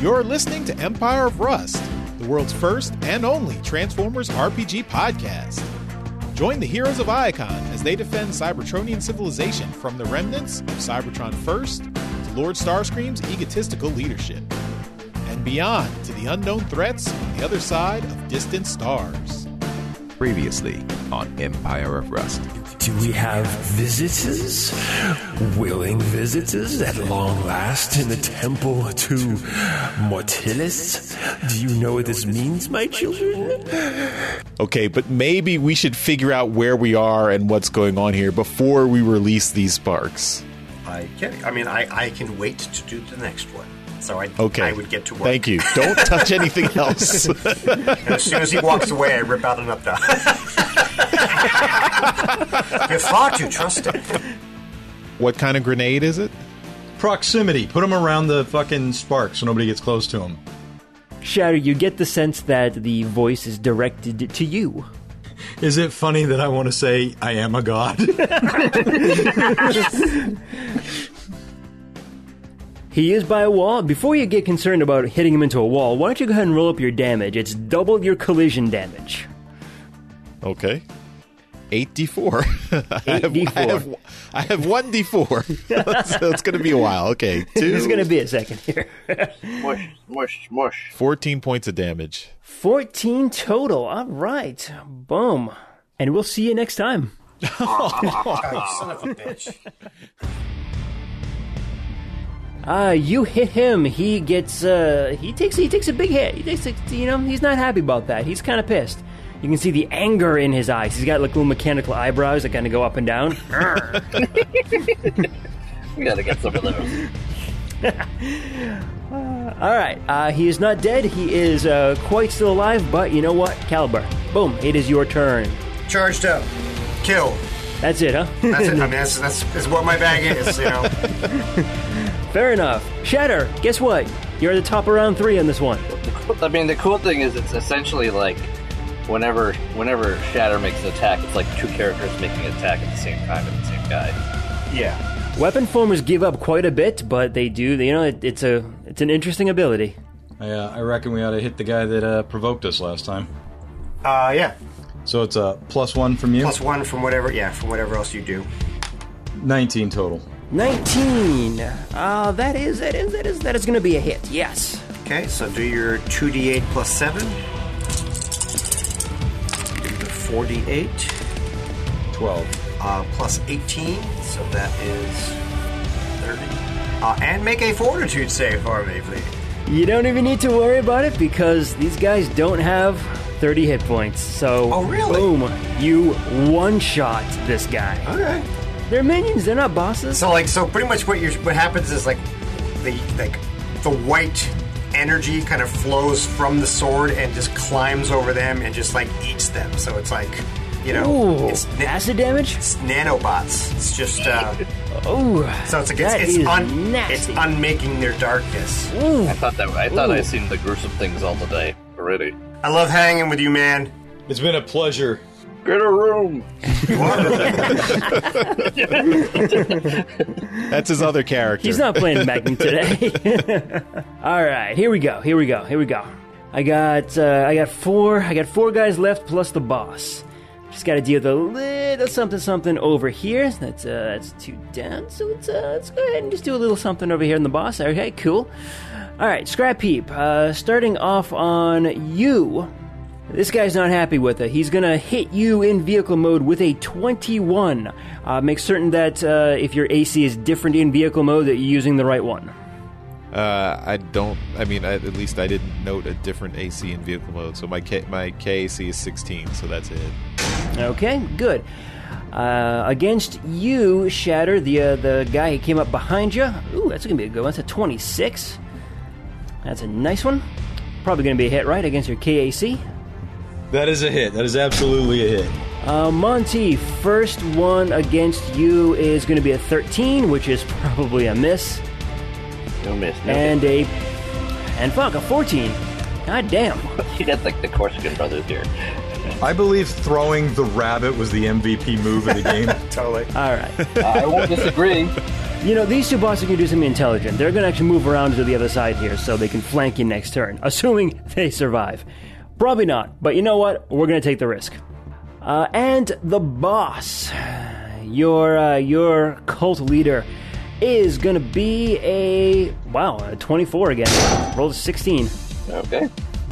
You're listening to Empire of Rust, the world's first and only Transformers RPG podcast. Join the heroes of Iacon as they defend Cybertronian civilization from the remnants of Cybertron First to Lord Starscream's egotistical leadership, and beyond to the unknown threats on the other side of distant stars. Previously on Empire of Rust. Do we have visitors? Willing visitors at long last in the temple to Mortilis? Do you know what this means, my children? Okay, but maybe we should figure out where we are and what's going on here before we release these sparks. I can. I mean, I, I can wait to do the next one. So I Okay. I would get to work. Thank you. Don't touch anything else. And as soon as he walks away, I rip out another. You're far too trusting. what kind of grenade is it? Proximity. Put them around the fucking spark so nobody gets close to them. Shadow, you get the sense that the voice is directed to you. Is it funny that I want to say I am a god? He is by a wall. Before you get concerned about hitting him into a wall, why don't you go ahead and roll up your damage? It's double your collision damage. Okay. 8d4. I, have, I, 8d4. have, I have 1d4. so it's going to be a while. Okay. Two, This is going to be a second here. Smush, smush, smush. 14 points of damage. 14 total. All right. Boom. And we'll see you next time. Son of a bitch. Uh, you hit him. He gets uh, he takes he takes a big hit. He takes a, you know he's not happy about that. He's kind of pissed. You can see the anger in his eyes. He's got like little mechanical eyebrows that kind of go up and down. We gotta get some of those. All right, uh, he is not dead. He is uh, quite still alive. But you know what, Caliber? Boom! It is your turn. Charged up. Kill. That's it, huh? That's it. I mean, that's, that's, that's what my bag is, you know. Fair enough. Shatter. Guess what? You're at the top of round three on this one. I mean, the cool thing is it's essentially like whenever whenever Shatter makes an attack, it's like two characters making an attack at the same time at the same guy. Weapon formers give up quite a bit, but they do. You know, it, it's a it's an interesting ability. I, uh, I reckon we ought to hit the guy that uh, provoked us last time. Uh, yeah. So it's a plus one from you. Plus one from whatever. Yeah, from whatever else you do. 19 total. 19. Uh, that is, that is, that is, that is going to be a hit. Yes. Okay, so do your 2d8 plus 7. Do the 48 12. uh, plus 18, so that is 30. Uh, and make a fortitude save for me, please. You don't even need to worry about it because these guys don't have 30 hit points. So, Oh, really? boom, you one shot this guy. Okay. They're minions, they're not bosses. So like, so pretty much what you what happens is like the like the white energy kind of flows from the sword and just climbs over them and just like eats them. So it's like, you know, Ooh, it's, na- acid damage? it's nanobots. It's just uh, Ooh, so it's like That it's, is it's, un- nasty. it's unmaking their darkness. ooh. I thought that I thought Ooh. I seen the gruesome things all the day already. I love hanging with you, man. It's been a pleasure. Get a room. You are- That's his other character. He's not playing Magnum today. All right, here we go. Here we go. Here we go. I got uh, I got four I got four guys left plus the boss. Just got to deal with a little something something over here. That's uh, that's two down. So let's uh, let's go ahead and just do a little something over here in the boss. Okay, cool. All right, scrap heap. Uh, starting off on you. This guy's not happy with it. He's gonna hit you in vehicle mode with a 21. Uh, make certain that uh, if your AC is different in vehicle mode, that you're using the right one. Uh, I don't. I mean, I, at least I didn't note a different AC in vehicle mode. So my K, my KAC is 16. So that's it. Okay, good. Uh, against you, Shatter, the uh, the guy who came up behind you. Ooh, that's gonna be a good one. That's a 26. That's a nice one. Probably gonna be a hit, right, against your KAC. That is a hit. That is absolutely a hit. Uh, Monty, first one against you is gonna be a 13, which is probably a miss. No miss. No and a and fuck a 14 god damn miss. you got like the Corsican brothers here. I believe throwing the rabbit was the MVP move of the game. totally. all right I won't disagree. You know, these two bosses can do something intelligent. They're going to actually move around to the other side here so they can flank you next turn, assuming they survive. Probably not, but you know what? We're going to take the risk. Uh, and the boss, your uh, your cult leader, is going to be a wow, a 24 again. Rolled a 16. Okay.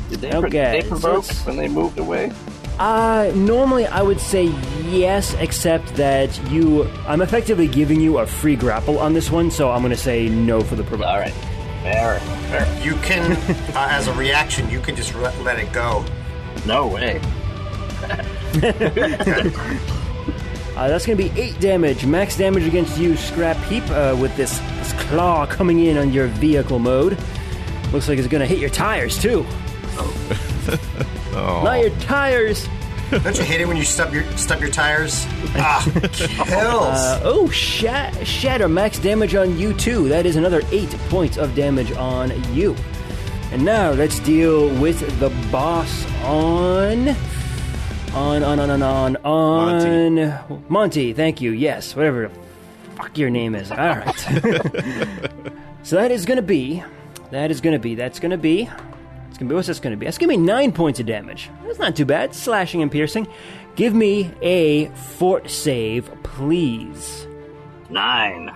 Did they, Okay, did so they provoke it's- when they moved away? Uh, normally I would say yes, except that you, I'm effectively giving you a free grapple on this one, so I'm going to say no for the provoke. All right. Fair. Fair. You can, uh, as a reaction, you can just let, let it go. No way. Uh, that's going to be 8 damage. Max damage against you, Scrap Heap, uh, with this, this claw coming in on your vehicle mode. Looks like it's going to hit your tires, too. Oh. Not your tires! Don't you hate it when you stub your stub your tires? Ah, kills. Uh, oh, sha- shatter. Max damage on you, too. That is another 8 points of damage on you. And now let's deal with the boss on. On, on, on, on, on, on. Monty. thank you. Yes, whatever the fuck your name is. All right. so that is going to be. That is going to be. That's going to be. It's gonna be. What's this going to be? That's going to be nine points of damage. That's not too bad. Slashing and piercing. Give me a fort save, please. Nine.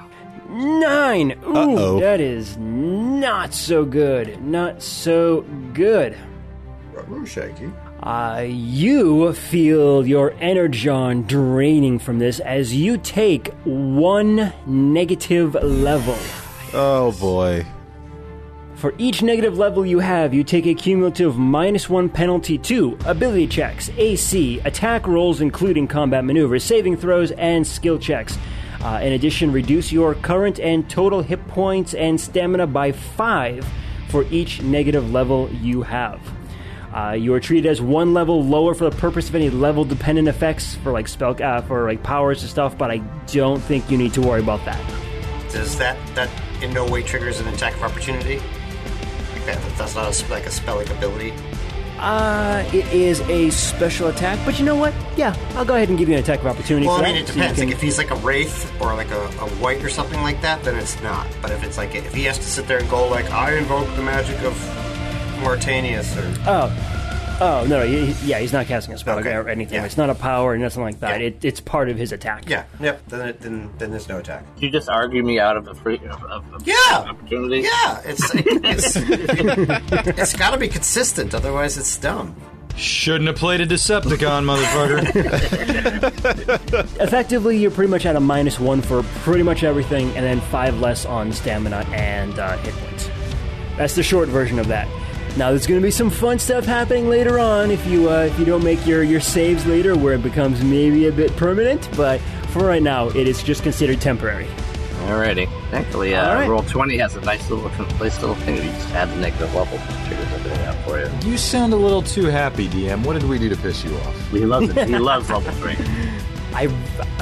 9 Ooh, Uh-oh. that is not so good. Not so good. shaky. Uh, you feel your energon draining from this as you take one negative level. Oh boy. For each negative level you have, you take a cumulative minus one penalty to ability checks, AC, attack rolls, including combat maneuvers, saving throws, and skill checks. Uh, in addition, reduce your current and total hit points and stamina by five for each negative level you have. Uh, you are treated as one level lower for the purpose of any level dependent effects for like spell uh, for like powers and stuff, but I don't think you need to worry about that. Does that that in no way triggers an attack of opportunity? Like that, that's not a, sp- like a spelling ability. Uh, it is a special attack, but you know what? Yeah, I'll go ahead and give you an attack of opportunity. Well, for I mean, that, it so you depends. can- Like if he's like a wraith or like a, a white or something like that, then it's not. But if it's like if he has to sit there and go like I invoke the magic of Martanius or Uh. oh no, no, he- he- yeah, he's not casting a spell Okay, or anything. yeah. It's not a power or nothing like that. Yeah. It, it's part of his attack. yeah, yep, then it, then then there's no attack. Did you just argue me out of a free of, of, of Yeah. opportunity? Yeah, it's it's it's got to be consistent, otherwise it's dumb. Shouldn't have played a Decepticon, motherfucker. Effectively, you're pretty much at a minus one for pretty much everything, and then five less on stamina and uh, hit points. That's the short version of that. Now, there's going to be some fun stuff happening later on if you uh, if you don't make your, your saves later, where it becomes maybe a bit permanent. But for right now, it is just considered temporary. Alrighty. Thankfully, uh, All right. roll twenty has a nice little, nice little thing. that You just add the negative level, triggers everything out for you. you sound a little too happy, DM. What did we do to piss you off? He loves it. He loves level three. I,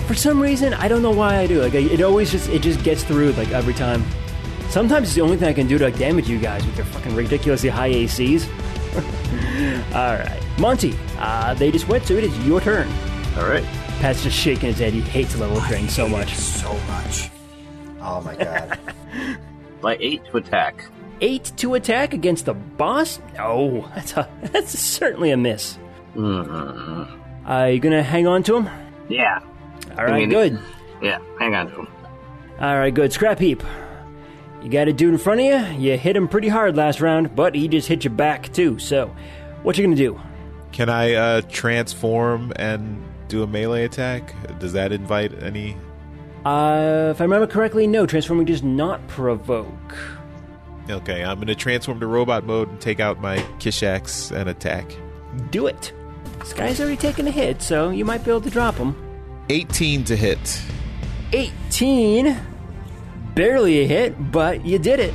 for some reason, I don't know why I do. Like, I, it always just, it just gets through. Like every time. Sometimes it's the only thing I can do to like damage you guys with your fucking ridiculously high ACs. All right, Monty. Uh, they just went, so it is your turn. All right. Pat's just shaking his head. He hates level drain so much. so much. Oh my god. By eight to attack. Eight to attack against the boss? No, that's a, that's certainly a miss. Uh, you gonna hang on to him? Yeah. All right, mean- good. Yeah. Hang on to him. All right, good. Scrap heap. You got a dude in front of you. You hit him pretty hard last round, but he just hit you back too. So, what you gonna do? Can I uh, transform and do a melee attack? Does that invite any? Uh, if I remember correctly, no. Transforming does not provoke. Okay, I'm going to transform to robot mode and take out my Kishax and attack. Do it. This guy's already taken a hit, so you might be able to drop him. 18 to hit. Eighteen, barely a hit, but you did it.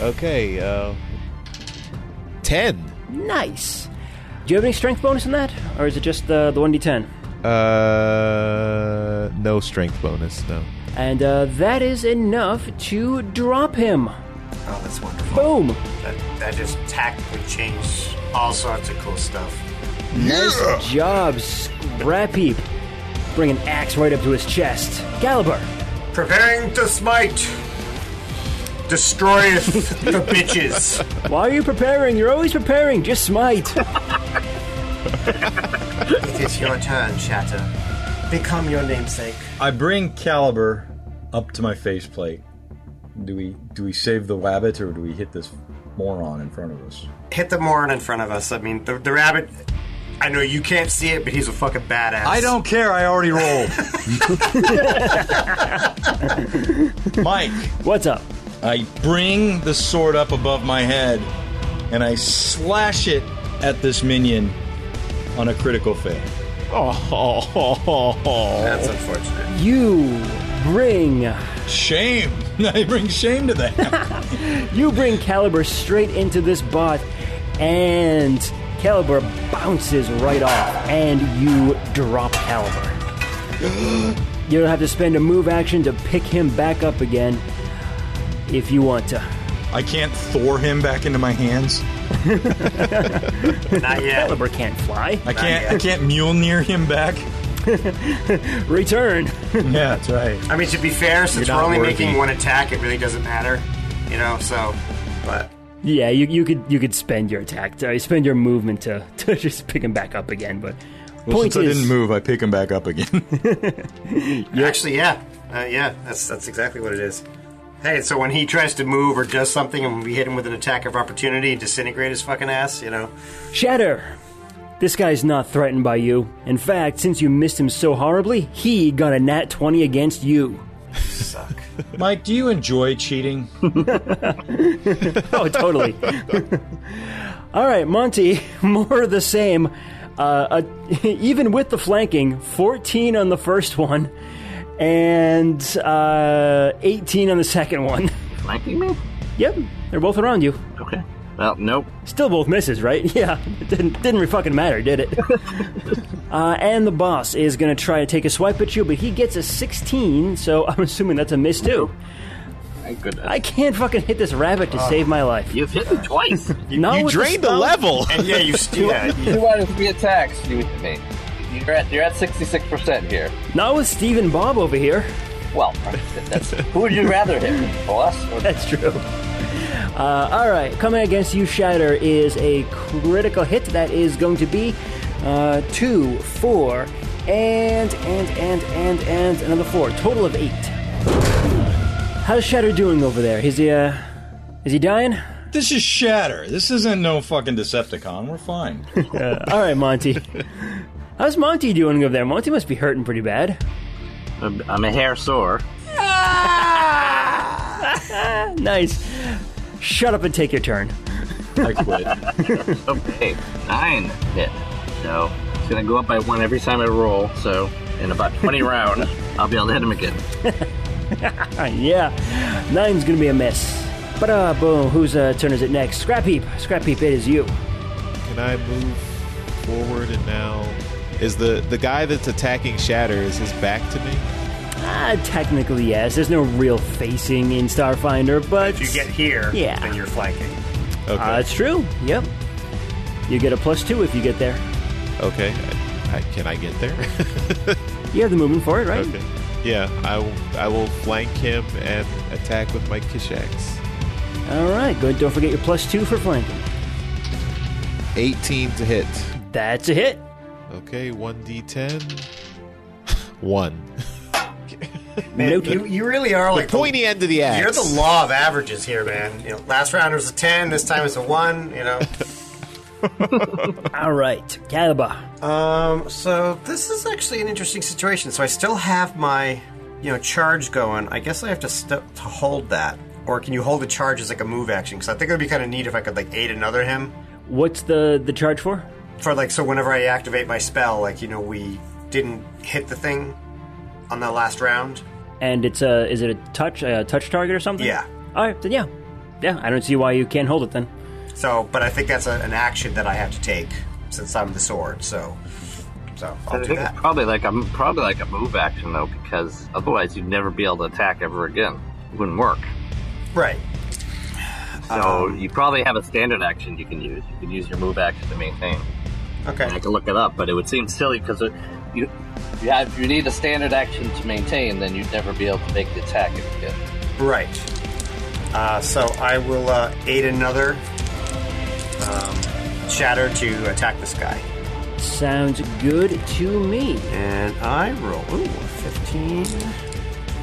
Okay, uh, 10. Nice. Do you have any strength bonus in that, or is it just the the one d ten? Uh, no strength bonus, no. And uh, that is enough to drop him. Oh, that's wonderful. Boom. That, that just tactically changed all sorts of cool stuff. Nice job, Scrap Heap. Bring an axe right up to his chest. Gallagher, Preparing to smite. Destroyeth the bitches. Why are you preparing? You're always preparing. Just smite. It is your turn, Shatter. Become your namesake. I bring Caliber up to my faceplate. Do we do we save the wabbit or do we hit this moron in front of us? Hit the moron in front of us. I mean, the, the rabbit. I know you can't see it, but he's a fucking badass. I don't care. I already rolled. Mike, What's up? I bring the sword up above my head and I slash it at this minion on a critical fail. That's unfortunate. You bring Shame. I bring shame to that. you bring Caliber straight into this bot, and Caliber bounces right off, and you drop Caliber. you don't have to spend a move action to pick him back up again if you want to. I can't Thor him back into my hands. Not yet. Caliber can't fly. I can't. I can't mule near him back. Return. Yeah, that's right. I mean, to be fair, since You're we're not only worthy. making one attack, it really doesn't matter. You know, so. But yeah, you, you could you could spend your attack, to, spend your movement to, to just pick him back up again. But Well, point since I is, didn't move, I pick him back up again. actually, yeah, uh, yeah, that's that's exactly what it is. Hey, so when he tries to move or does something, and we hit him with an attack of opportunity, disintegrate his fucking ass. You know, Shatter! This guy's not threatened by you. In fact, since you missed him so horribly, he got a nat 20 against you. suck. Mike, do you enjoy cheating? Oh, totally. All right, Monty, more of the same. Uh, uh, even with the flanking, 14 on the first one and uh, 18 on the second one. Flanking me? Yep, they're both around you. Okay. Well, nope. Still both misses, right? Yeah, it didn't didn't really fucking matter, did it? uh, and the boss is gonna try to take a swipe at you, but he gets a 16, so I'm assuming that's a miss too. Thank goodness. I can't fucking hit this rabbit to save my life. You've hit me twice. Not You with the drained the spell- level. And yeah, you still. Yeah, you- Two out of three attacks you hit me. You're at you're at sixty six percent here. Not with Steven Bob over here. Well, that's, who would you rather hit, me, boss? Or, That's true. Uh, all right, coming against you, Shatter, is a critical hit. That is going to be uh, two, four, and, and, and, and, and another four. Total of eight. How's Shatter doing over there? Is he, uh, is he dying? This is Shatter. This isn't no fucking Decepticon. We're fine. Uh, all right, Monty. How's Monty doing over there? Monty must be hurting pretty bad. I'm, I'm a hair sore. Nice. Shut up and take your turn. I quit. Okay, nine hit. So it's gonna go up by one every time I roll. So in about twenty rounds, I'll be able to hit him again. Uh, yeah, nine's gonna be a miss. But uh, boom, whose uh, turn is it next? Scrap Heap, Scrap Heap, it is you. Can I move forward and now? Is the the guy that's attacking Shatter is his back to me? Ah, technically yes. There's no real facing in Starfinder, but if you get here, Yeah. then you're flanking. Okay. uh, it's true. Yep, you get a plus two if you get there. okay. I, I, can I get there? You have the movement for it, right? okay. Yeah, I will. I will flank him and attack with my Kishax. All right, good. Don't forget your plus two for flanking. 18 to hit. That's a hit. Okay, 1d10. One. Man, you, you really are like the- Pointy end of the axe. You're the law of averages here, man. You know, last round was a ten. This time it's a one. You know. All right, Caliba. Um, so this is actually an interesting situation. So I still have my, you know, charge going. I guess I have to step to hold that, or can you hold the charge as like a move action? Because I think it would be kind of neat if I could like aid another him What's the the charge for? for like so whenever I activate my spell, like you know we didn't hit the thing on the last round. And it's a is it a touch a touch target or something? Yeah. All right, then yeah, yeah. I don't see why you can't hold it then. So, but I think that's a, an action that I have to take since I'm the sword. So, so I'll I do think it's that. probably like a probably like a move action though, because otherwise you'd never be able to attack ever again. It wouldn't work. Right. So Uh-huh. you probably have a standard action you can use. You can use your move action to maintain. Okay. I can look it up, but it would seem silly because you Yeah, if you need a standard action to maintain, then you'd never be able to make the attack if you did. Right. Uh, so I will uh, aid another um, shatter to attack this guy. Sounds good to me. And I roll ooh, a 15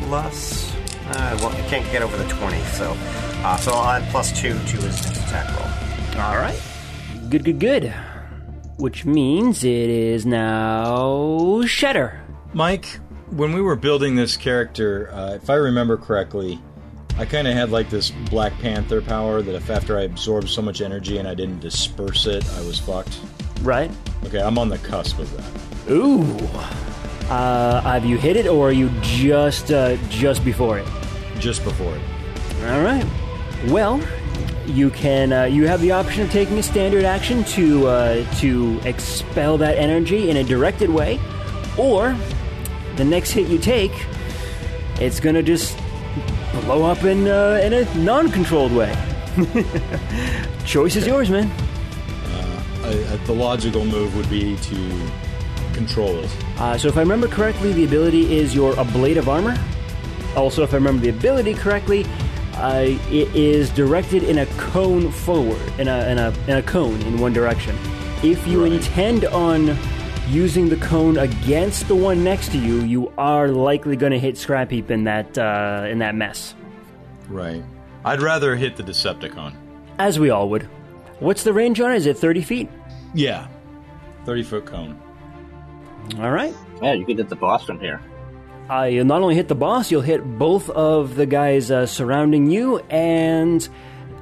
plus. Uh, well, I can't get over the 20, so uh, so I'll add plus 2 to his next attack roll. All right. Good, good, good. Which means it is now Shatter. Mike, when we were building this character, uh, if I remember correctly, I kind of had like this Black Panther power that if after I absorbed so much energy and I didn't disperse it, I was fucked. Right? Okay, I'm on the cusp of that. Ooh. Uh, have you hit it, or are you just uh, just before it? Just before it. All right. Well, you can uh, you have the option of taking a standard action to uh, to expel that energy in a directed way, or the next hit you take, it's gonna just blow up in uh, in a non-controlled way. Choice is yours, man. I, I, the logical move would be to control it. Uh, so if I remember correctly, the ability is your ablate of armor. Also, if I remember the ability correctly, uh, it is directed in a cone forward, in a, in a in a cone in one direction. If you intend on using the cone against the one next to you, you are likely going to hit Scrap Heap in that uh, in that mess, Right. I'd rather hit the Decepticon. as we all would. What's the range on it? Is it thirty feet? Yeah. 30 foot cone. All right. Yeah, you could hit the boss from here. Uh, you'll not only hit the boss, you'll hit both of the guys uh, surrounding you and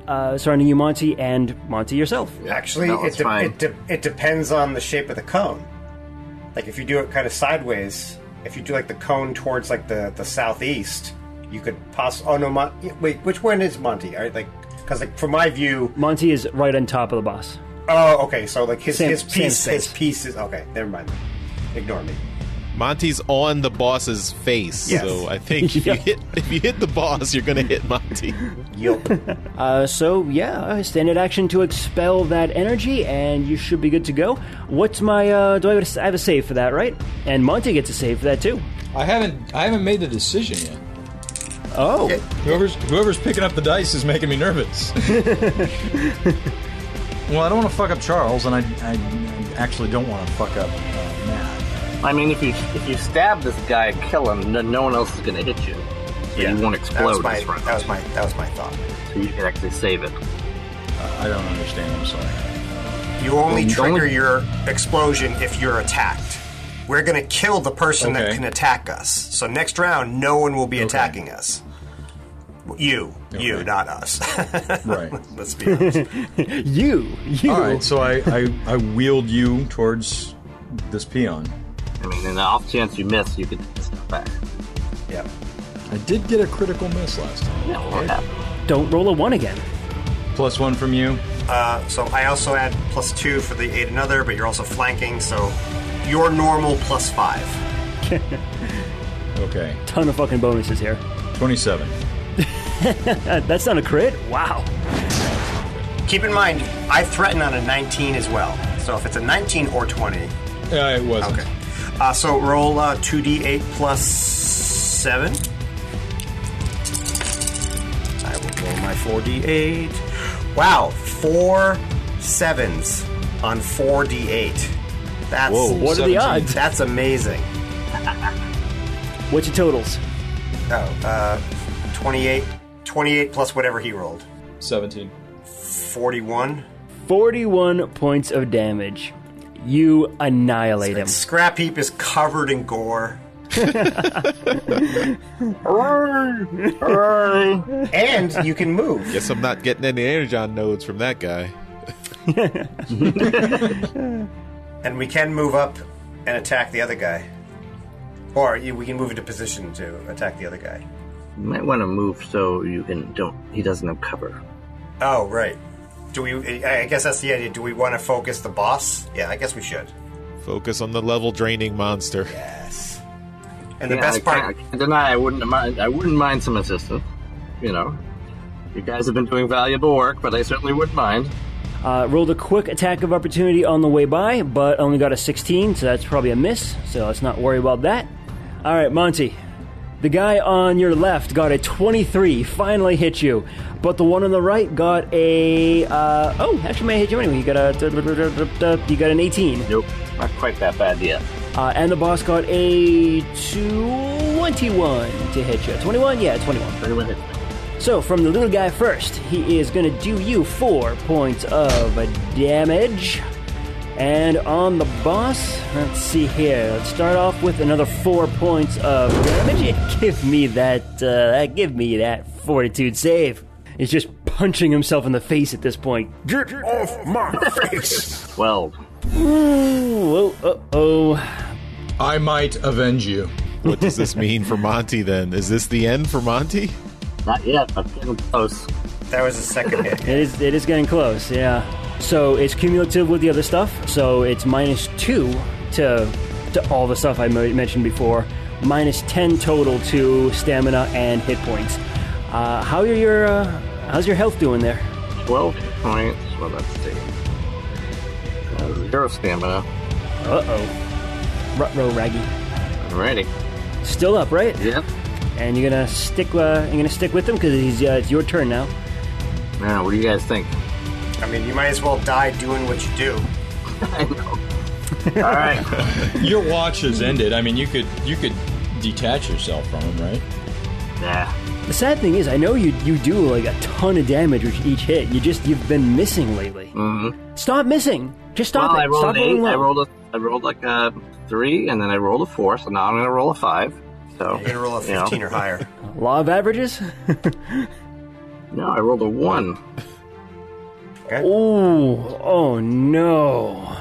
uh, surrounding you, Monty, and Monty yourself. Actually, No, it, it's de- fine. it, de- it depends on the shape of the cone. Like if you do it kind of sideways, if you do like the cone towards like the, the southeast, you could poss. Oh no, Mon- wait, which one is Monty? All right, like because like from my view, Monty is right on top of the boss. oh okay, so like his Same- his same piece his space. piece is okay. Never mind, ignore me. Monty's on the boss's face, Yes. so I think if Yeah. you hit if you hit the boss, you're gonna hit Monty. Yup. Uh, so, yeah, uh, standard action to expel that energy, and you should be good to go. What's my. Uh, do I have a s- I have a save for that, right? And Monty gets a save for that, too. I haven't I haven't made the decision yet. Oh. Whoever's whoever's picking up the dice is making me nervous. well, I don't want to fuck up Charles, and I, I, I actually don't want to fuck up uh, Matt. I mean, if you if you stab this guy and kill him, no, no one else is going to hit you. So you won't That was explode my this round. that was my that was my thought. so you can actually save it. Uh, I don't understand. I'm sorry. You only Well, you trigger don't- your explosion if you're attacked. We're going to kill the person that Okay. can attack us. So next round, no one will be attacking us. You, you, Okay. not us. Right. Let's be honest. You. You. All right. So I, I I wield you towards this peon. I mean, in the off chance you miss, you could take a step back. yeah. I did get a critical miss last time. Yeah, what happened? Don't roll a one again. Plus one from you. Uh, so I also add plus two for the aid another, but you're also flanking, so your normal plus five. Okay. Ton of fucking bonuses here. Twenty-seven. Uh, that's not a crit? Wow. Keep in mind, I threaten on a 19 as well. So if it's a 19 or 20, Uh, it wasn't. okay. Uh, so roll uh, 2d8 plus 7. I will roll my 4d8. Wow, four sevens on 4d8. That's Whoa, What are 17. the odds? that's amazing. What's your totals? Oh, uh, 28, 28 plus whatever he rolled. Seventeen. 41. 41 points of damage. You annihilate him. Scrap heap is covered in gore. and you can move. Guess I'm not getting any energon nodes from that guy. And we can move up and attack the other guy. Or you- we can move into position to attack the other guy. You might want to move so you can don't. He doesn't have cover. Oh, right. Do we? I I guess that's the idea. Do we want to focus the boss? Yeah, I guess we should. Focus on the level draining monster. Yes. And the Yeah, I best part. Can't, I can't deny. I wouldn't mind. I wouldn't mind some assistance. You know, you guys have been doing valuable work, but I certainly wouldn't mind. Uh, rolled a quick attack of opportunity on the way by, but only got a 16, so that's probably a miss. So let's not worry about that. All right, Monty. The guy on your left got a 23, finally hit you. But the one on the right got a. Uh, oh, actually, may hit you anyway. You got a. You got an 18. Nope, not quite that bad yet. Uh, and the boss got a 21 to hit you. 21? Yeah, 21. 21 hits. So, from the little guy first, he is going to do you four points of damage. And on the boss, let's see here. Let's start off with another four points of damage. And give me that, uh, give me that fortitude save. He's just punching himself in the face at this point. Get off my face! Twelve. Ooh, oh, oh. I might avenge you. What does this mean for Monty then? Is this the end for Monty? Not yet, but getting close. That was the second hit. It is, it is getting close, yeah. So it's cumulative with the other stuff. So it's minus two to to all the stuff I mo- mentioned before, minus ten total to stamina and hit points. Uh, how are your uh, how's your health doing there? Twelve points. Well, let's see. Uh, zero stamina. Uh oh, Rutro Raggy, Alrighty. still up, right? Yep. And you're gonna stick uh, you're gonna stick with him because he's uh, it's your turn now. Now, what do you guys think? I mean, you might as well die doing what you do. I know. All right. Your watch has ended. I mean, you could you could detach yourself from him, right? Nah. The sad thing is, I know you you do like a ton of damage with each hit. You just you've been missing lately. Mm-hmm. Stop missing. Just stop Well, it. I rolled stop an eight. rolling I low. rolled a. I rolled like a three, and then I rolled a four. So now I'm gonna roll a five. So You're gonna roll a you know. fifteen or higher. Law of averages? No, I rolled a one. Ooh, oh no.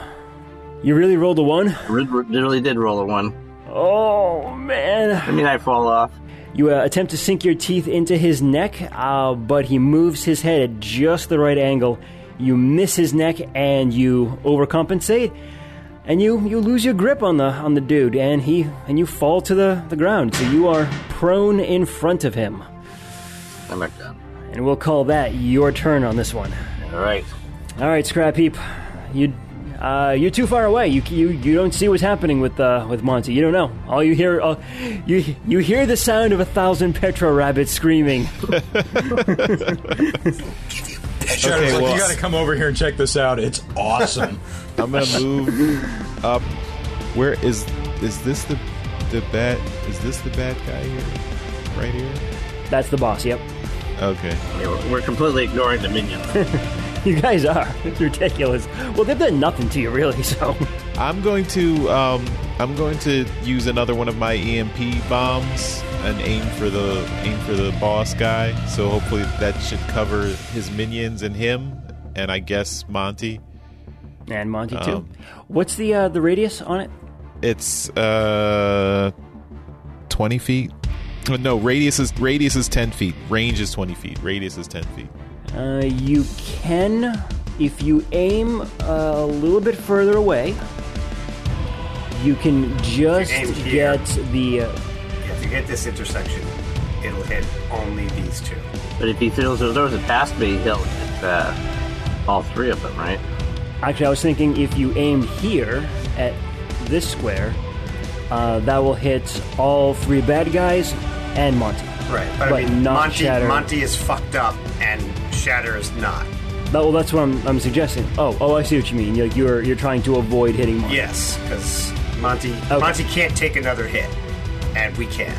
You really rolled a one? I re- Literally did roll a one. Oh man. I mean, I fall off. You uh, attempt to sink your teeth into his neck, uh, but he moves his head at just the right angle. You miss his neck and you overcompensate. And you, you lose your grip on the on the dude, and he and you fall to the, the ground. So you are prone in front of him. I'm back down. And we'll call that your turn on this one. All right. All right, Scrap Heap, you uh, you're too far away. You you you don't see what's happening with uh, with Monty. You don't know. All you hear all, you you hear the sound of a thousand Petro rabbits screaming. Shadows like, well- you got to come over here and check this out. It's awesome. I'm gonna move up. Where is is this the the bad is this the bad guy here? Right here? That's the boss. Yep, Okay. Yeah, we're- We're completely ignoring the minions. you guys are. It's ridiculous. Well, they've done nothing to you really. So I'm going to um, I'm going to use another one of my EMP bombs and aim for the aim for the boss guy. So hopefully that should cover his minions and him, and I guess Monty. and Monty too. Um. What's the uh, the radius on it? It's uh, twenty feet. Uh, No, radius is radius is ten feet. Range is twenty feet. Radius is ten feet. Uh, you can, if you aim uh, a little bit further away, you can just aim here. get the. Uh, If you hit this intersection, it'll hit only these two. But if he throws those doors past me, he'll hit uh, all three of them, right? Actually, I was thinking if you aim here at this square, uh, that will hit all three bad guys and Monty. Right, but, But I mean, not Monty, Shatter. Monty is fucked up, and Shatter is not. That, well, that's what I'm, I'm suggesting. Oh, oh, I see what you mean. You're you're, you're trying to avoid hitting Monty. Yes, because Monty Okay. Monty can't take another hit, and we can.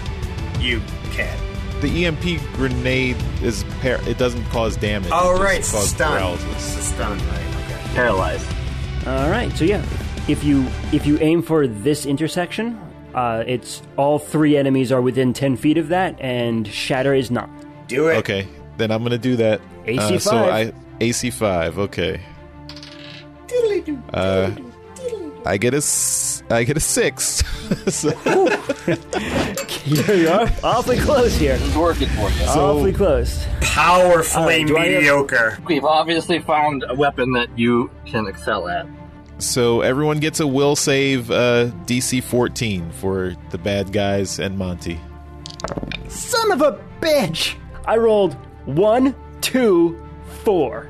You can. The EMP grenade is par- it doesn't cause damage. All it right, just causes stun. paralysis. It's a stun, right? Paralyzed. All right. So yeah, if you if you aim for this intersection, uh, it's all three enemies are within ten feet of that, and Shatter is not. Okay. Do it. Okay, then I'm gonna do that. uh, AC so five. I AC five. Okay. Uh, I get a s- I get a six. so, you are awfully close here. It's working for you. awfully close. Powerfully All right, do I have- mediocre. We've obviously found a weapon that you can excel at. so everyone gets a will save uh, DC 14 for the bad guys and Monty. Son of a bitch! I rolled one, two, four.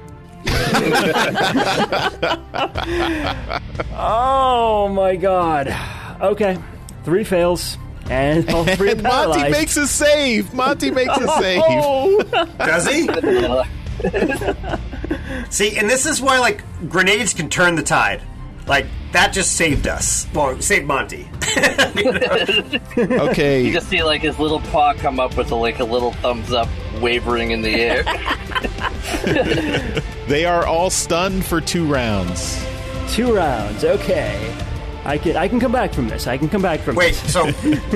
Oh my god. Okay, three fails and all three And Monty paralyzed. makes a save. Monty makes a save. Oh, Does he? See, and this is why like grenades can turn the tide. Like that just saved us. Well, saved Monty. You Okay. just see like his little paw come up with like a little thumbs up wavering in the air. They are all stunned for two rounds. two rounds. Okay, I can I can come back from this. I can come back from Wait, this. so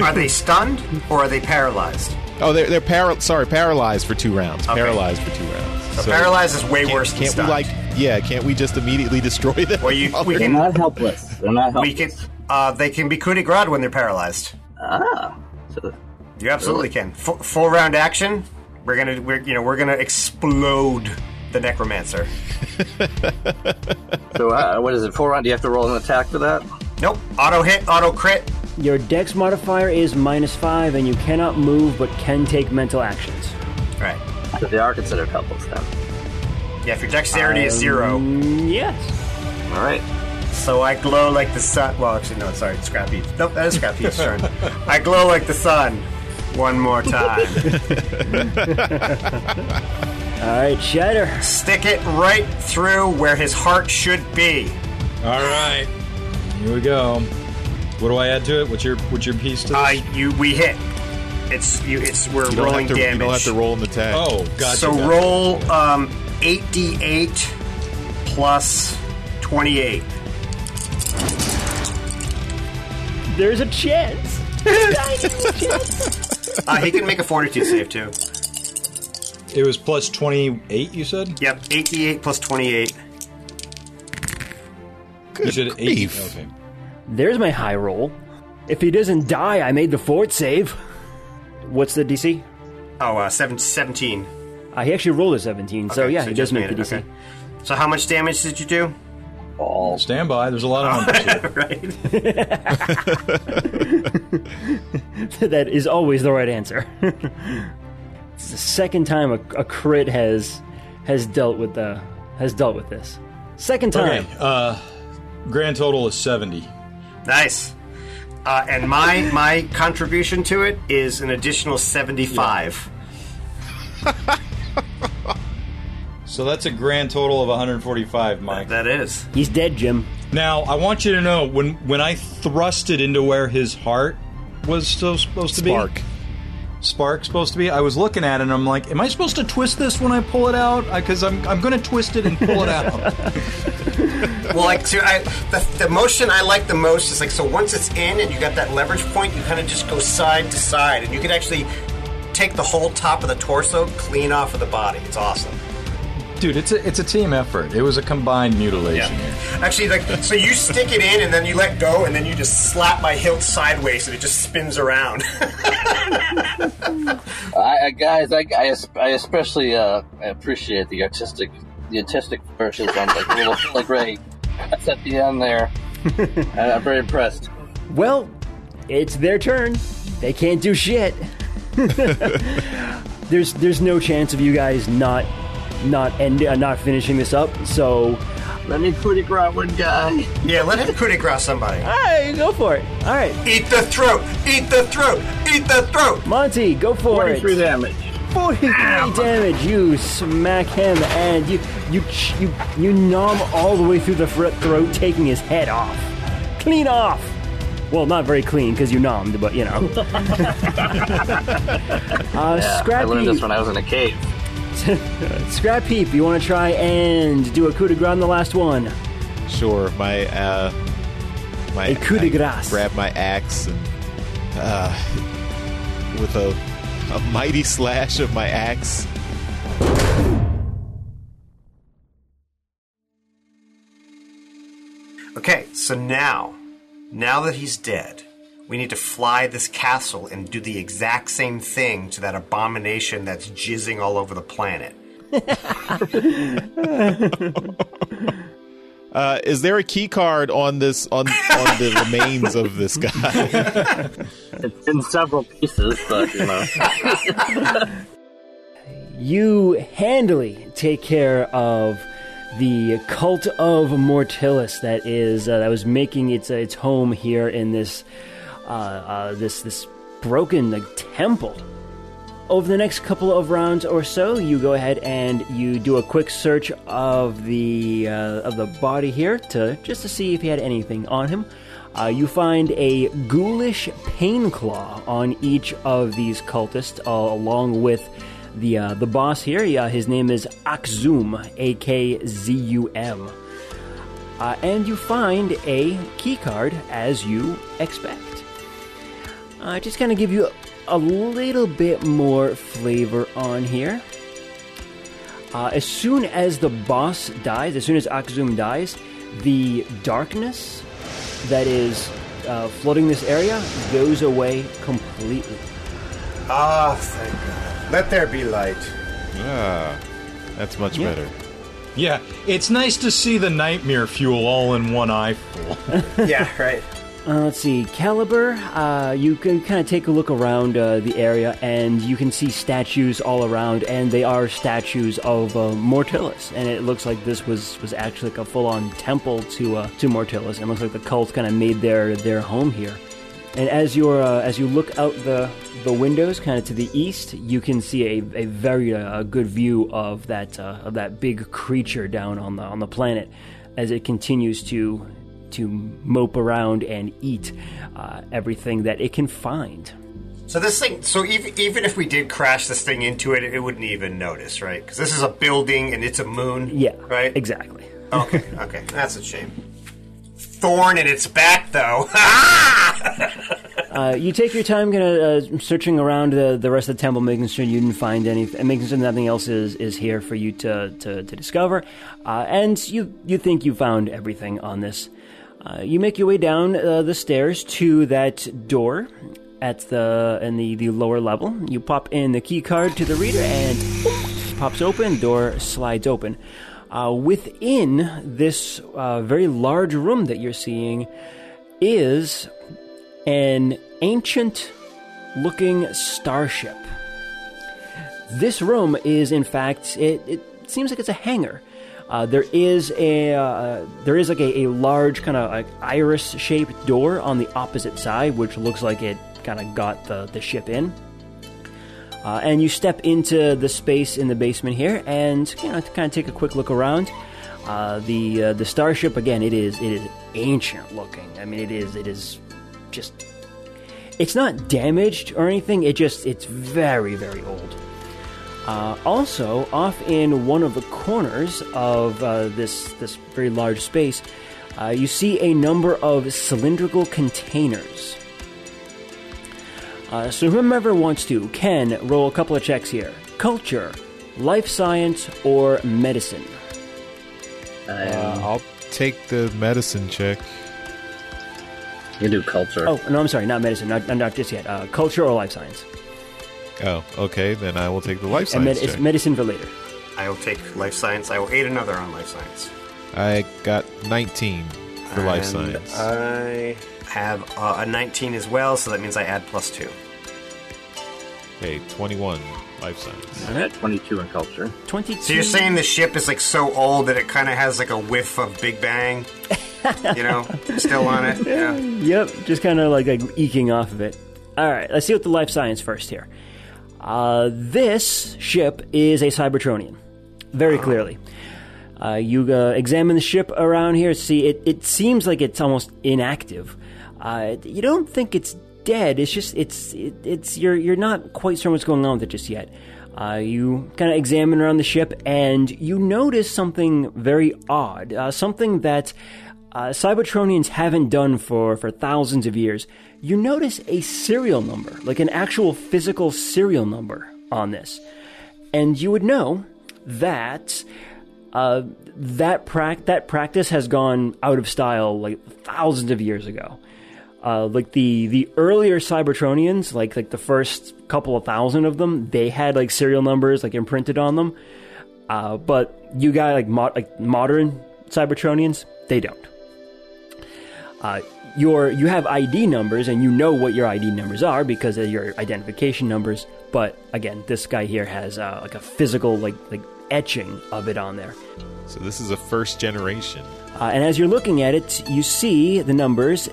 are they stunned or are they paralyzed? Oh, they're, they're para- sorry, paralyzed for two rounds. Okay. Paralyzed for two rounds. So paralyzed is way can't, worse than can't we stunned. like yeah, can't we just immediately destroy them? well, you, we They're can, not helpless. They're not we can, uh, they can be coup de grace when they're paralyzed. So- You absolutely can. F- full round action. We're gonna, we're, you know, we're gonna explode the necromancer. So uh, what is it? Full round? Do you have to roll an attack for that? Nope. Auto hit, auto crit. Your dex modifier is minus five, and you cannot move but can take mental actions. All right. So they are considered helpless then. Yeah, if your dexterity is Um, zero, Mm, Yes. All right. so I glow like the sun. Well, actually, no, sorry, it's Scrappy. Nope, that is Scrappy's turn. I glow like the sun one more time. All right, Shatter. Stick it right through where his heart should be. All right, here we go. What do I add to it? What's your what's your piece to this? Uh, you, we hit. It's you. It's we're You don't, rolling have to, damage. you don't have to roll an attack. oh, gotcha. so gotcha. roll um, eight d eight plus twenty eight. There's a chance. Tiny little chance. Uh, he can make a fortitude save too. It was plus twenty eight. You said. Yep, eight d eight plus twenty eight. Good you said eight. grief. Okay. There's my high roll. If he doesn't die, I made the fort save. What's the DC? Oh, uh, seven, 17. Uh, he actually rolled a 17, so Okay, yeah, so he you does just make the made it, DC. okay. So how much damage did you do? Balls. Stand by. There's a lot of numbers here. right. that is always the right answer. it's the second time a, a crit has has dealt with the has dealt with this. Second time. Okay. Uh, grand total is seventy. Nice. Uh, and my my contribution to it is an additional seventy five. So that's a grand total of 145, Mike. That is. He's dead, Jim. Now, I want you to know when when I thrust it into where his heart was still supposed to Spark. be spark supposed to be, I was looking at it and I'm like, am I supposed to twist this when I pull it out? Because I'm I'm going to twist it and pull it out. Well, like so I, the, the motion I like the most is like so once it's in and you got that leverage point, you kind of just go side to side, and you can actually take the whole top of the torso clean off of the body. It's awesome. Dude, it's a it's a team effort. It was a combined mutilation here. Actually, like so you stick it in and then you let go, and then you just slap my hilt sideways, and it just spins around. I, I guys, I, I, es- I especially uh, I appreciate the artistic the artistic verses on like little filigree cuts at the end there. I, I'm very impressed. Well, it's their turn. They can't do shit. there's there's no chance of you guys not not end uh, not finishing this up. So, Let me put it right one guy. yeah, let him coup de grace somebody. hey, go for it. All right, Eat the throat! Eat the throat! Eat the throat! Monty, go for it. Forty-three damage. Ah, 43 damage. You smack him, and you you ch- you you numb all the way through the fr- throat, taking his head off, clean off. Well, not very clean because you numbed, but you know. uh, I learned this Scrappy, when I was in a cave. Scrap Heap, you want to try and do a coup de grace on the last one? Sure, my uh, my A coup de grace. I grab my axe and uh, with a a mighty slash of my axe. Okay, so now, now that he's dead, we need to fly this castle and do the exact same thing to that abomination that's jizzing all over the planet. Uh, is there a key card on this on on the remains of this guy? It's in several pieces, but you know. You handily take care of the cult of Mortilis that is uh, that was making its uh, its home here in this uh, uh, this this broken like temple. Over the next couple of rounds or so, you go ahead and you do a quick search of the uh, of the body here to just to see if he had anything on him. Uh, you find a ghoulish pain claw on each of these cultists, uh, along with the uh, the boss here. Yeah, his name is Akzum, A K Z U M. Uh, and you find a key card as you expect. Uh, just kind of give you a little bit more flavor on here. Uh, as soon as the boss dies, as soon as Akzum dies, the darkness that is uh, flooding this area goes away completely. Ah, thank God. Let there be light. Ah, that's much Yeah. better. Yeah, it's nice to see the nightmare fuel all in one eye full. Yeah, right. Uh, let's see, Caliber. Uh, you can kind of take a look around uh, the area, and you can see statues all around, and they are statues of uh, Mortilis. And it looks like this was was actually like a full on temple to uh, to Mortilis, and looks like the cult kind of made their their home here. And as you uh, as you look out the the windows, kind of to the east, you can see a, a very uh, good view of that uh, of that big creature down on the on the planet as it continues to to mope around and eat uh, everything that it can find. So this thing, so even even if we did crash this thing into it, it wouldn't even notice, right? Because this is a building and it's a moon. Yeah, Right. Exactly. Okay. Okay. That's a shame. Thorn in its back, though. Uh, you take your time, gonna uh, searching around the, the rest of the temple, making sure you didn't find any, and making sure nothing else is, is here for you to to, to discover. Uh, and you you think you found everything on this. Uh, you make your way down uh, the stairs to that door at the in the, the lower level. You pop in the key card to the reader and pops open. Door slides open. Uh, within this uh, very large room that you're seeing is an ancient looking starship. This room is, in fact, it, it seems like it's a hangar. Uh, there is a uh, there is like a, a large kind of like iris shaped door on the opposite side, which looks like it kind of got the, the ship in. Uh, and you step into the space in the basement here, and you know, kind of take a quick look around. Uh, the uh, the starship again, it is it is ancient looking. I mean, it is it is just it's not damaged or anything. It just it's very very old. Uh, also, off in one of the corners of uh, this this very large space, uh, you see a number of cylindrical containers. Uh, so whomever wants to can roll a couple of checks here: culture, life science, or medicine. Uh, I'll take the medicine check. You can do culture. Oh no, I'm sorry, not medicine, not, not just yet. Uh, culture or life science, Oh, okay. Then I will take the life and med- science it's check. medicine for later. I will take life science. I will aid another on life science. I got 19 for life And science. I have uh, a 19 as well, so that means I add plus two. okay, 21 life science. I had 22 in culture. Twenty-two. So you're saying the ship is like so old that it kind of has like a whiff of Big Bang, you know, still on it. Yeah. Yep, just kind of like, like eking off of it. All right, let's see what the life science first here. Uh, this ship is a Cybertronian, very clearly. Uh, you uh, examine the ship around here. See, it, it seems like it's almost inactive. Uh, you don't think it's dead. It's just it's it, it's you're you're not quite sure what's going on with it just yet. Uh, you kind of examine around the ship and you notice something very odd. Uh, something that uh, Cybertronians haven't done for for thousands of years. You notice a serial number, like an actual physical serial number on this, and you would know that uh, that prac- that practice has gone out of style like thousands of years ago. Uh, like the the earlier Cybertronians, like like the first couple of thousand of them, they had like serial numbers like imprinted on them. Uh, but you got like mod- like modern Cybertronians, they don't. Uh, your you have ID numbers and you know what your ID numbers are because they're your identification numbers, But again, this guy here has uh, like a physical like like etching of it on there. So this is a first generation. Uh, and as you're looking at it, you see the numbers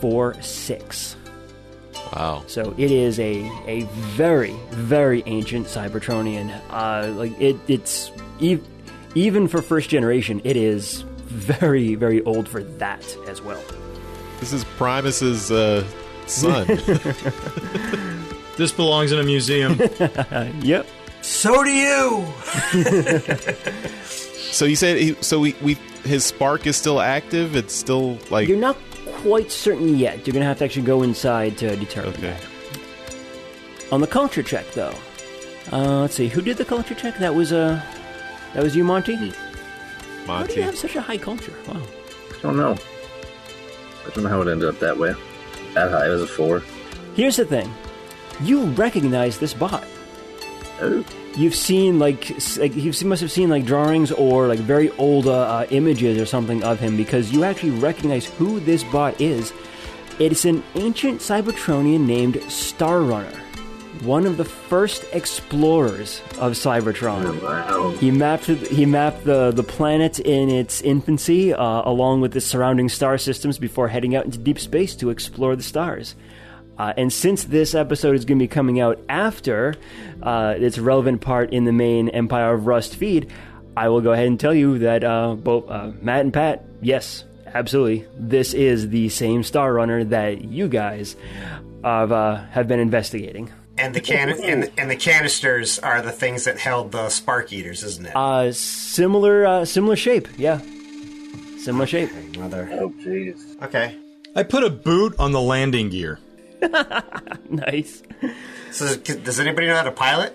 00000046. Wow. So it is a, a very, very ancient Cybertronian. Uh, like it, it's ev- even for first generation, it is very, very old for that as well. This is Primus's uh, son. This belongs in a museum. Yep. So do you. so you said he, so. We, we his spark is still active. It's still like You're not quite certain yet. You're going to have to actually go inside to determine. okay. that. On the culture check, though, uh, let's see who did the culture check. That was uh, that was you, Monty. Why do Monty. you have such a high culture? Wow. I don't know. I don't know how it ended up that way. That high it was a four. Here's the thing you recognize this bot. Oh. You've seen like, s- like you must have seen like drawings or like very old uh, uh, images or something of him because you actually recognize who this bot is. It's an ancient Cybertronian named Star Runner, one of the first explorers of Cybertron. Wow. He mapped he mapped the, the planet in its infancy, uh, along with the surrounding star systems, before heading out into deep space to explore the stars. Uh, and since this episode is going to be coming out after uh, its relevant part in the main Empire of Rust feed, I will go ahead and tell you that uh, both uh, Matt and Pat, yes, absolutely, this is the same Star Runner that you guys have, uh, have been investigating. And the can and, the- and the canisters are the things that held the spark eaters, isn't it? Uh, similar uh, similar shape, yeah, similar shape. Mother. Oh, jeez. Okay. I put a boot on the landing gear. Nice. So c- does anybody know how to pilot?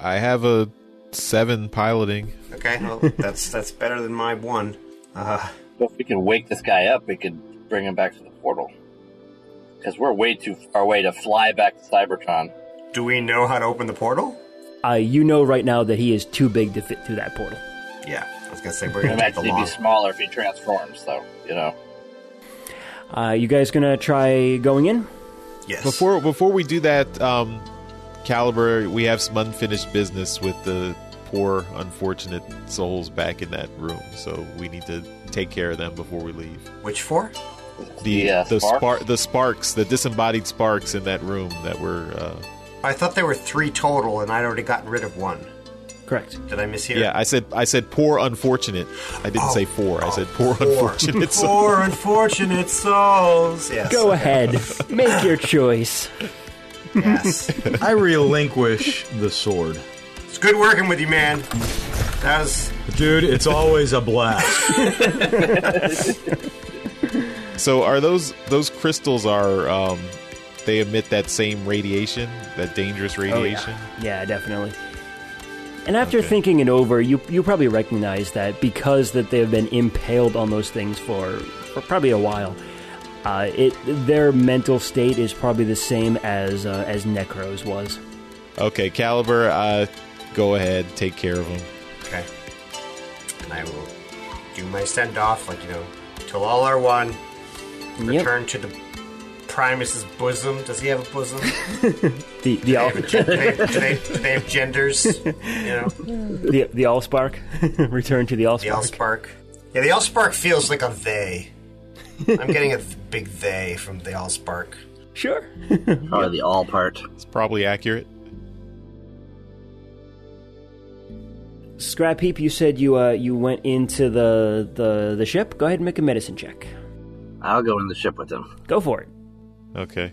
I have a seven piloting. Okay, well, that's that's better than my one. Uh, But if we can wake this guy up, we could bring him back to the portal. Because we're way too far away to fly back to Cybertron. do we know how to open the portal? uh, you know right now that he is too big to fit through that portal. Yeah, I was gonna say we're I gonna take the imagine he'd long. be smaller if he transforms, though. You know. Uh, you guys gonna try going in? Yes. Before before we do that, um, Caliber, we have some unfinished business with the poor, unfortunate souls back in that room. So we need to take care of them before we leave. which four? The Yeah, the sparks? spark the sparks, the disembodied sparks in that room that were. Uh, I thought there were three total, and I'd already gotten rid of one. Correct. Did I mishear? yeah, I said I said poor, unfortunate. I didn't Oh. say four. I said poor, Four. unfortunate. souls. Four unfortunate souls. Yes. Go ahead, make your choice. Yes. I relinquish the sword. it's good working with you, man. That was Dude, it's always a blast. So are those those crystals are um, they emit that same radiation, that dangerous radiation? Yeah, definitely. And after thinking it over, you you probably recognize that because that they have been impaled on those things for, for probably a while, uh, it their mental state is probably the same as uh, as Necro's was. Okay, Caliber, uh, go ahead, take care of them. okay. And I will do my send off, like you know, till all are one. Return to the Primus's bosom. Does he have a bosom? The the all, do, they, do, they, do they have genders? You know, the, the Allspark. Return to the Allspark. the Allspark. Yeah, the Allspark feels like a they. I'm getting a th- big they from the Allspark. Sure. Probably the all part. It's probably accurate. Scrap heap, you said you uh, you went into the, the the ship. Go ahead and make a medicine check. I'll go in the ship with him. Go for it. Okay.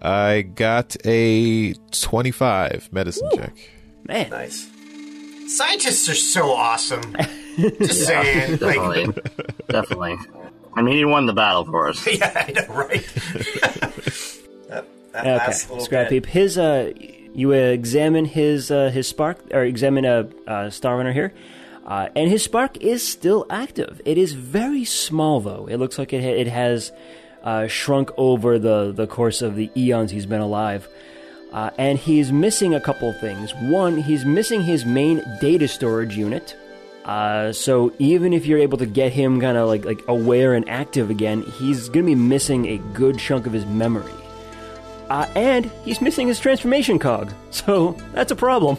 I got a 25 medicine check. Man, Nice. Scientists are so awesome. Just saying, like, Definitely. Definitely. I mean, he won the battle for us. yeah, I know, right? that that Okay, last little Scrap bit. Heap. His, uh, you examine his uh, his spark, or examine a uh, Star Runner here, uh, and his spark is still active. It is very small, though. It looks like it ha- it has uh, shrunk over the the course of the eons he's been alive. Uh, and he's missing a couple of things. One, he's missing his main data storage unit. Uh, so even if you're able to get him kind of like like aware and active again, he's gonna be missing a good chunk of his memory. Uh, and he's missing his transformation cog, so that's a problem.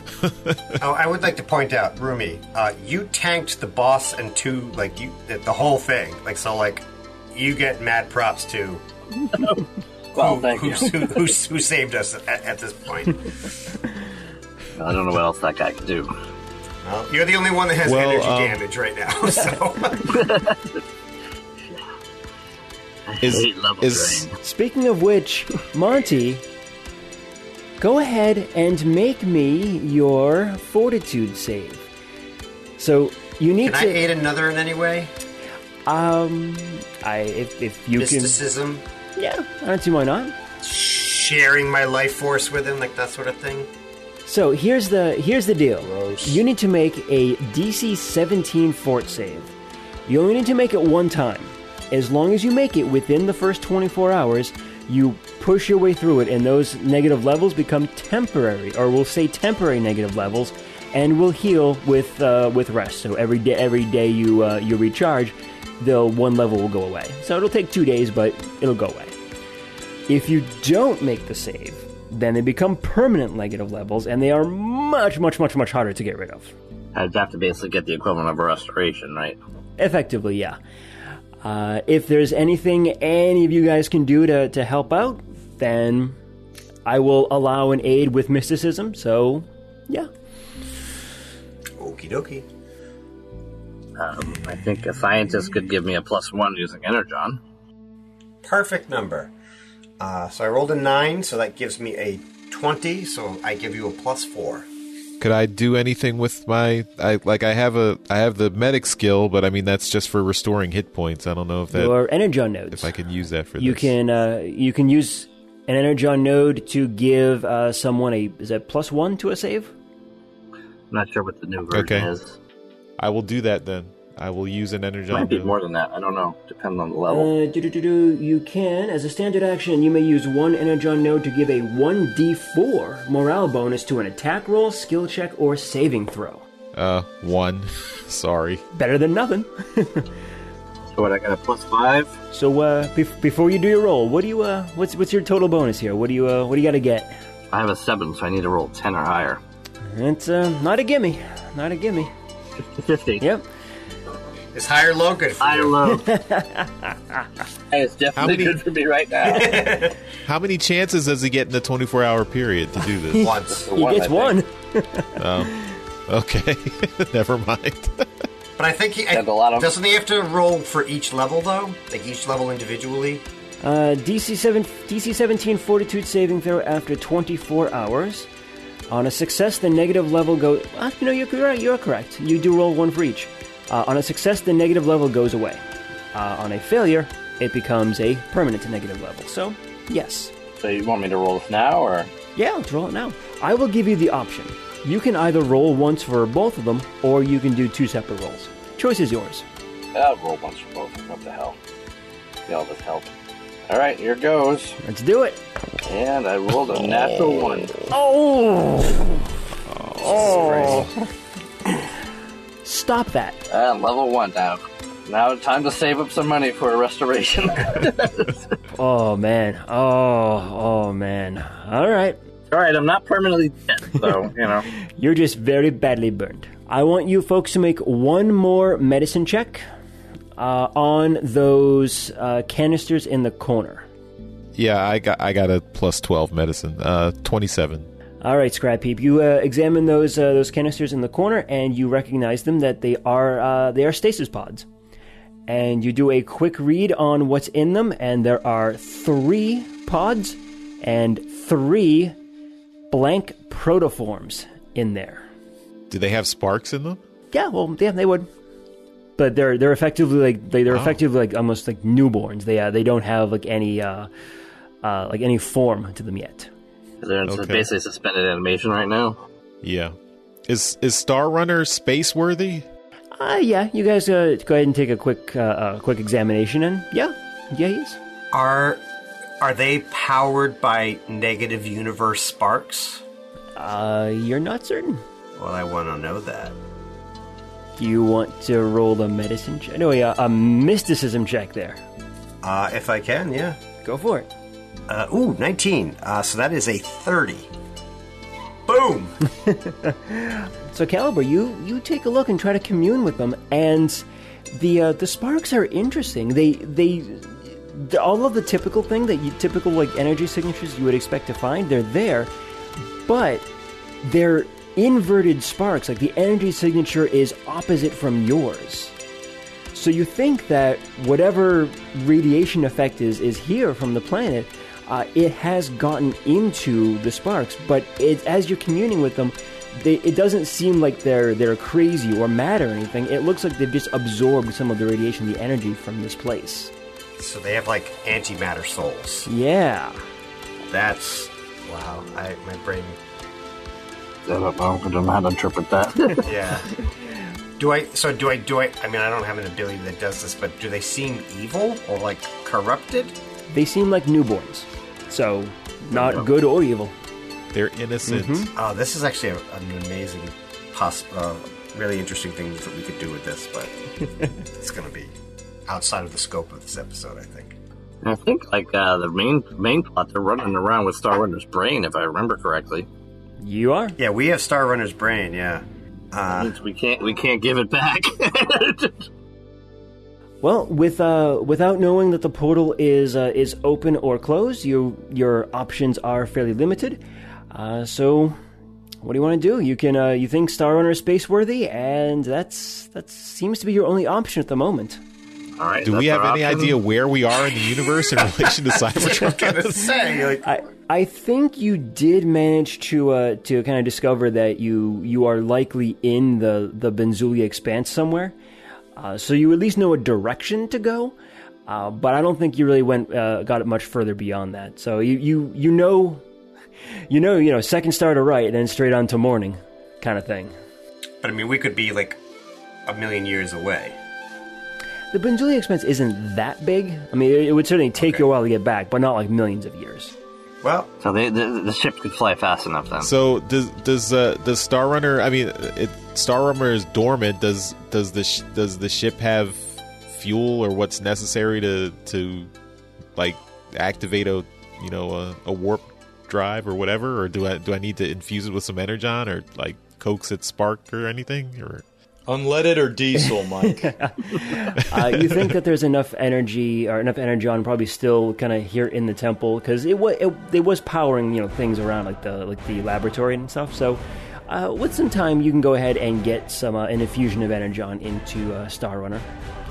Oh, I would like to point out, Rumi, uh, you tanked the boss and two, like you, the, the whole thing. Like so, like you get mad props to Well, who, thank who, you. who, who, who saved us at, at this point. I don't know what else that guy can do. Well, Um, you're the only one that has Well, energy um, damage right now. So Is hate level is Speaking of which, Monty, go ahead and make me your fortitude save. So you need can I to. aid another in any way? um, I if, if you Mysticism, can, yeah, I don't see why not. sharing my life force with him, like that sort of thing. So here's the here's the deal. You need to make a DC 17 fort save. You only need to make it one time. As long as you make it within the first 24 hours, you push your way through it, and those negative levels become temporary, or we'll say temporary negative levels, and will heal with uh, with rest. So every day every day you uh, you recharge, the one level will go away. So it'll take two days, but it'll go away. If you don't make the save, then they become permanent negative levels, and they are much, much, much, much harder to get rid of. I'd have to basically get the equivalent of a restoration, right? Effectively, yeah. Uh, if there's anything any of you guys can do to, to help out, then I will allow an aid with mysticism. So, yeah. Okie dokie. Um, I think a scientist could give me a plus one using energon. Perfect number. Uh, so I rolled a nine, so that gives me a twenty. So I give you a plus four. could I do anything with my I like I have a I have the medic skill, but I mean that's just for restoring hit points. I don't know if that Your energon nodes. if I can use that for you this. can uh, you can use an energon node to give uh, someone a is that plus one to a save? I'm not sure what the new version Okay. is. I will do that then. I will use an energy. Might be more than that. I don't know. Depends on the level. Uh, do-do-do-do, you can, as a standard action, you may use one Energon node to give a 1d4 morale bonus to an attack roll, skill check, or saving throw. Uh, one. Sorry. Better than nothing. Uh, So what? I got a plus five. so, uh, bef- before you do your roll, what do you, uh, what's what's your total bonus here? What do you, uh, what do you got to get? I have a seven, so I need to roll ten or higher. It's uh, not a gimme, not a gimme. Fifty. Yep. Is high or low good for I you? love. it's definitely many- good for me right now. How many chances does he get in the 24 hour period to do this? Once, He I gets one. think. okay. Never mind. but I think he I, That's a lot of- doesn't he have to roll for each level though, like each level individually. Uh, DC seven DC seventeen fortitude saving throw after twenty four hours. On a success, the negative level goes. Ah, you know you're correct. You're correct. You do roll one for each. Uh, on a success, the negative level goes away. Uh, on a failure, it becomes a permanent negative level. So, yes, So you want me to roll this now, or yeah, let's roll it now. I will give you the option. You can either roll once for both of them, or you can do two separate rolls. Choice is yours. I'll roll once for both. What the hell? Yeah, all this help. All right, here goes. Let's do it. And I rolled a natural one. Oh. Stop that. Ah, level one down. Now time to save up some money for a restoration. Oh man. Oh, oh man. All right. All right, I'm not permanently dead, so you know. You're just very badly burned. I want you folks to make one more medicine check uh, on those uh, canisters in the corner. Yeah, I got I got a plus 12 medicine. Uh, 27. All right, Scrap Heap. You uh, examine those uh, those canisters in the corner, and you recognize them that they are uh, they are stasis pods. And you do a quick read on what's in them, and there are three pods and three blank protoforms in there. Do they have sparks in them? Yeah, well, yeah, they would. Oh. But they're they're effectively like they, they're effectively like almost like newborns. They uh, they don't have like any uh, uh, like any form to them yet. They're in Okay. basically suspended animation right now. Yeah. Is is Star Runner space worthy? Uh, yeah, you guys uh, go ahead and take a quick uh, uh, quick examination, and yeah, yeah, yes. Are are they powered by negative universe sparks? Uh, you're not certain. Well, I want to know that. Do you want to roll a medicine check? No, yeah, a mysticism check there. Uh, if I can, yeah. Go for it. Uh, ooh, 19. Uh, so that is a 30. Boom! So Caliber, you you take a look and try to commune with them, and the uh, the sparks are interesting. They they the, all of the typical thing that you typical like energy signatures you would expect to find they're there, but they're inverted sparks. Like the energy signature is opposite from yours. So you think that whatever radiation effect is is here from the planet, uh, it has gotten into the sparks. But it, as you're communing with them, they, it doesn't seem like they're they're crazy or mad or anything. It looks like they've just absorbed some of the radiation, the energy from this place. so they have like antimatter souls. Yeah. That's. Wow. I, my brain. I don't know. I don't know how to interpret that. Yeah. Do I. So do I. Do I. I mean, I don't have an ability that does this, but do they seem evil or like corrupted? They seem like newborns. So, not good or evil. They're innocent. Mm-hmm. Uh, this is actually a, an amazing, poss- uh, really interesting things that we could do with this, but it's going to be outside of the scope of this episode, I think. I think like uh, the main main plot, they're running around with Star Runner's brain, if I remember correctly. You are. Yeah, we have Star Runner's brain. Yeah, uh, Since we can't we can't give it back. Well, with uh, without knowing that the portal is uh, is open or closed, you your options are fairly limited. Uh, so, what do you want to do? You can uh, you think Star Runner is space worthy, and that's that seems to be your only option at the moment. All right. Do we that's have our any option. idea where we are in the universe in relation to gonna Cybertron? say like I I think you did manage to uh, to kind of discover that you you are likely in the the Benzulia expanse somewhere, uh, so you at least know a direction to go. Uh, but I don't think you really went uh, got it much further beyond that. So you you you know, you know you know second star to right, then straight on to morning, kind of thing. But I mean, we could be like a million years away. The Benzulia expanse isn't that big. I mean, it, it would certainly take you a while to get back, but not like millions of years. Well, So they, the, the ship could fly fast enough then. so does does uh, does Star Runner? I mean, it, Star Runner is dormant. Does does the sh- does the ship have fuel or what's necessary to to like activate a you know a, a warp drive or whatever? Or do I do I need to infuse it with some energon or like coax its spark or anything? Or Unleaded or diesel, Mike? uh, you think that there's enough energy or enough energy on probably still kind of here in the temple because it was it, it was powering you know things around like the like the laboratory and stuff. So uh, with some time, you can go ahead and get some uh, an infusion of energy on into uh, Star Runner,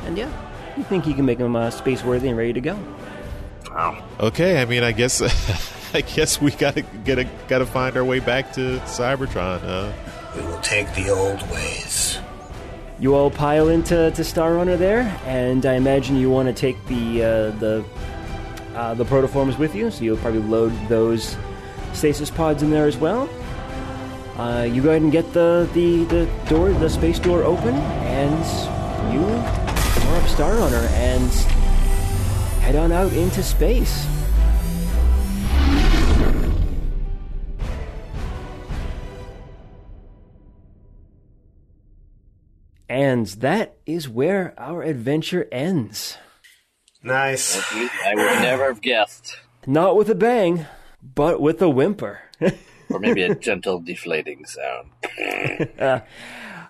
and yeah, you think you can make him uh, space worthy and ready to go. Wow. okay, I mean, I guess I guess we gotta get a, gotta find our way back to Cybertron. Uh, we will take the old ways. You all pile into to Star Runner there, and I imagine you want to take the uh, the uh, the protoforms with you, so you'll probably load those stasis pods in there as well. Uh, you go ahead and get the, the, the door, the space door open, and you are up Star Runner and head on out into space. And that is where our adventure ends. Nice. I would never have guessed. Not with a bang, but with a whimper. Or maybe a gentle deflating sound.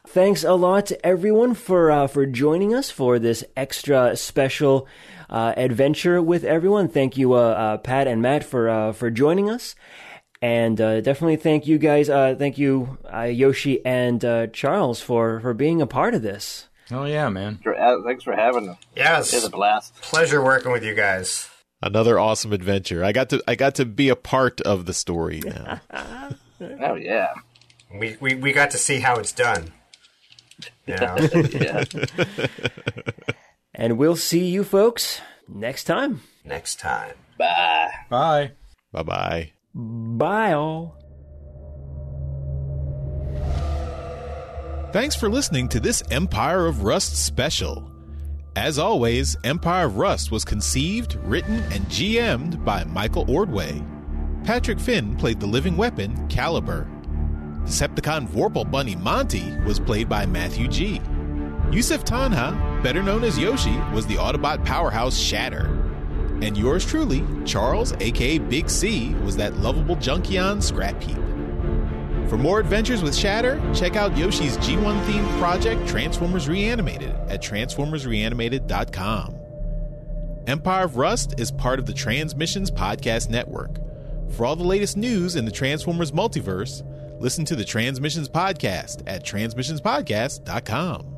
Thanks a lot to everyone for uh, for joining us for this extra special uh, adventure with everyone. Thank you, uh, uh, Pat and Matt, for uh, for joining us, and uh, definitely thank you guys. Uh, thank you, uh, Yoshi and uh, Charles, for for being a part of this. oh yeah, man. For- uh, Thanks for having us. It's Yes. a blast. Pleasure working with you guys. another awesome adventure. I got to I got to be a part of the story now. Oh yeah. We, we, we got to see how it's done. Yeah. Yeah. And we'll see you folks next time. Next time. Bye. Bye. bye bye. Bye all. Thanks for listening to this Empire of Rust special. As always, Empire of Rust was conceived, written, and GM'd by Michael Ordway. Patrick Finn played the living weapon, Caliber. Decepticon Vorpal Bunny Monty was played by Matthew G. Yusuf Tanha, better known as Yoshi, was the Autobot powerhouse Shatter. And yours truly, Charles, aka Big C, was that lovable junkie on Scrap Heap. For more adventures with Shatter, check out Yoshi's G1 themed project Transformers Reanimated at transformersreanimated.com. Empire of Rust is part of the Transmissions Podcast Network. For all the latest news in the Transformers multiverse, listen to the Transmissions Podcast at transmissionspodcast.com.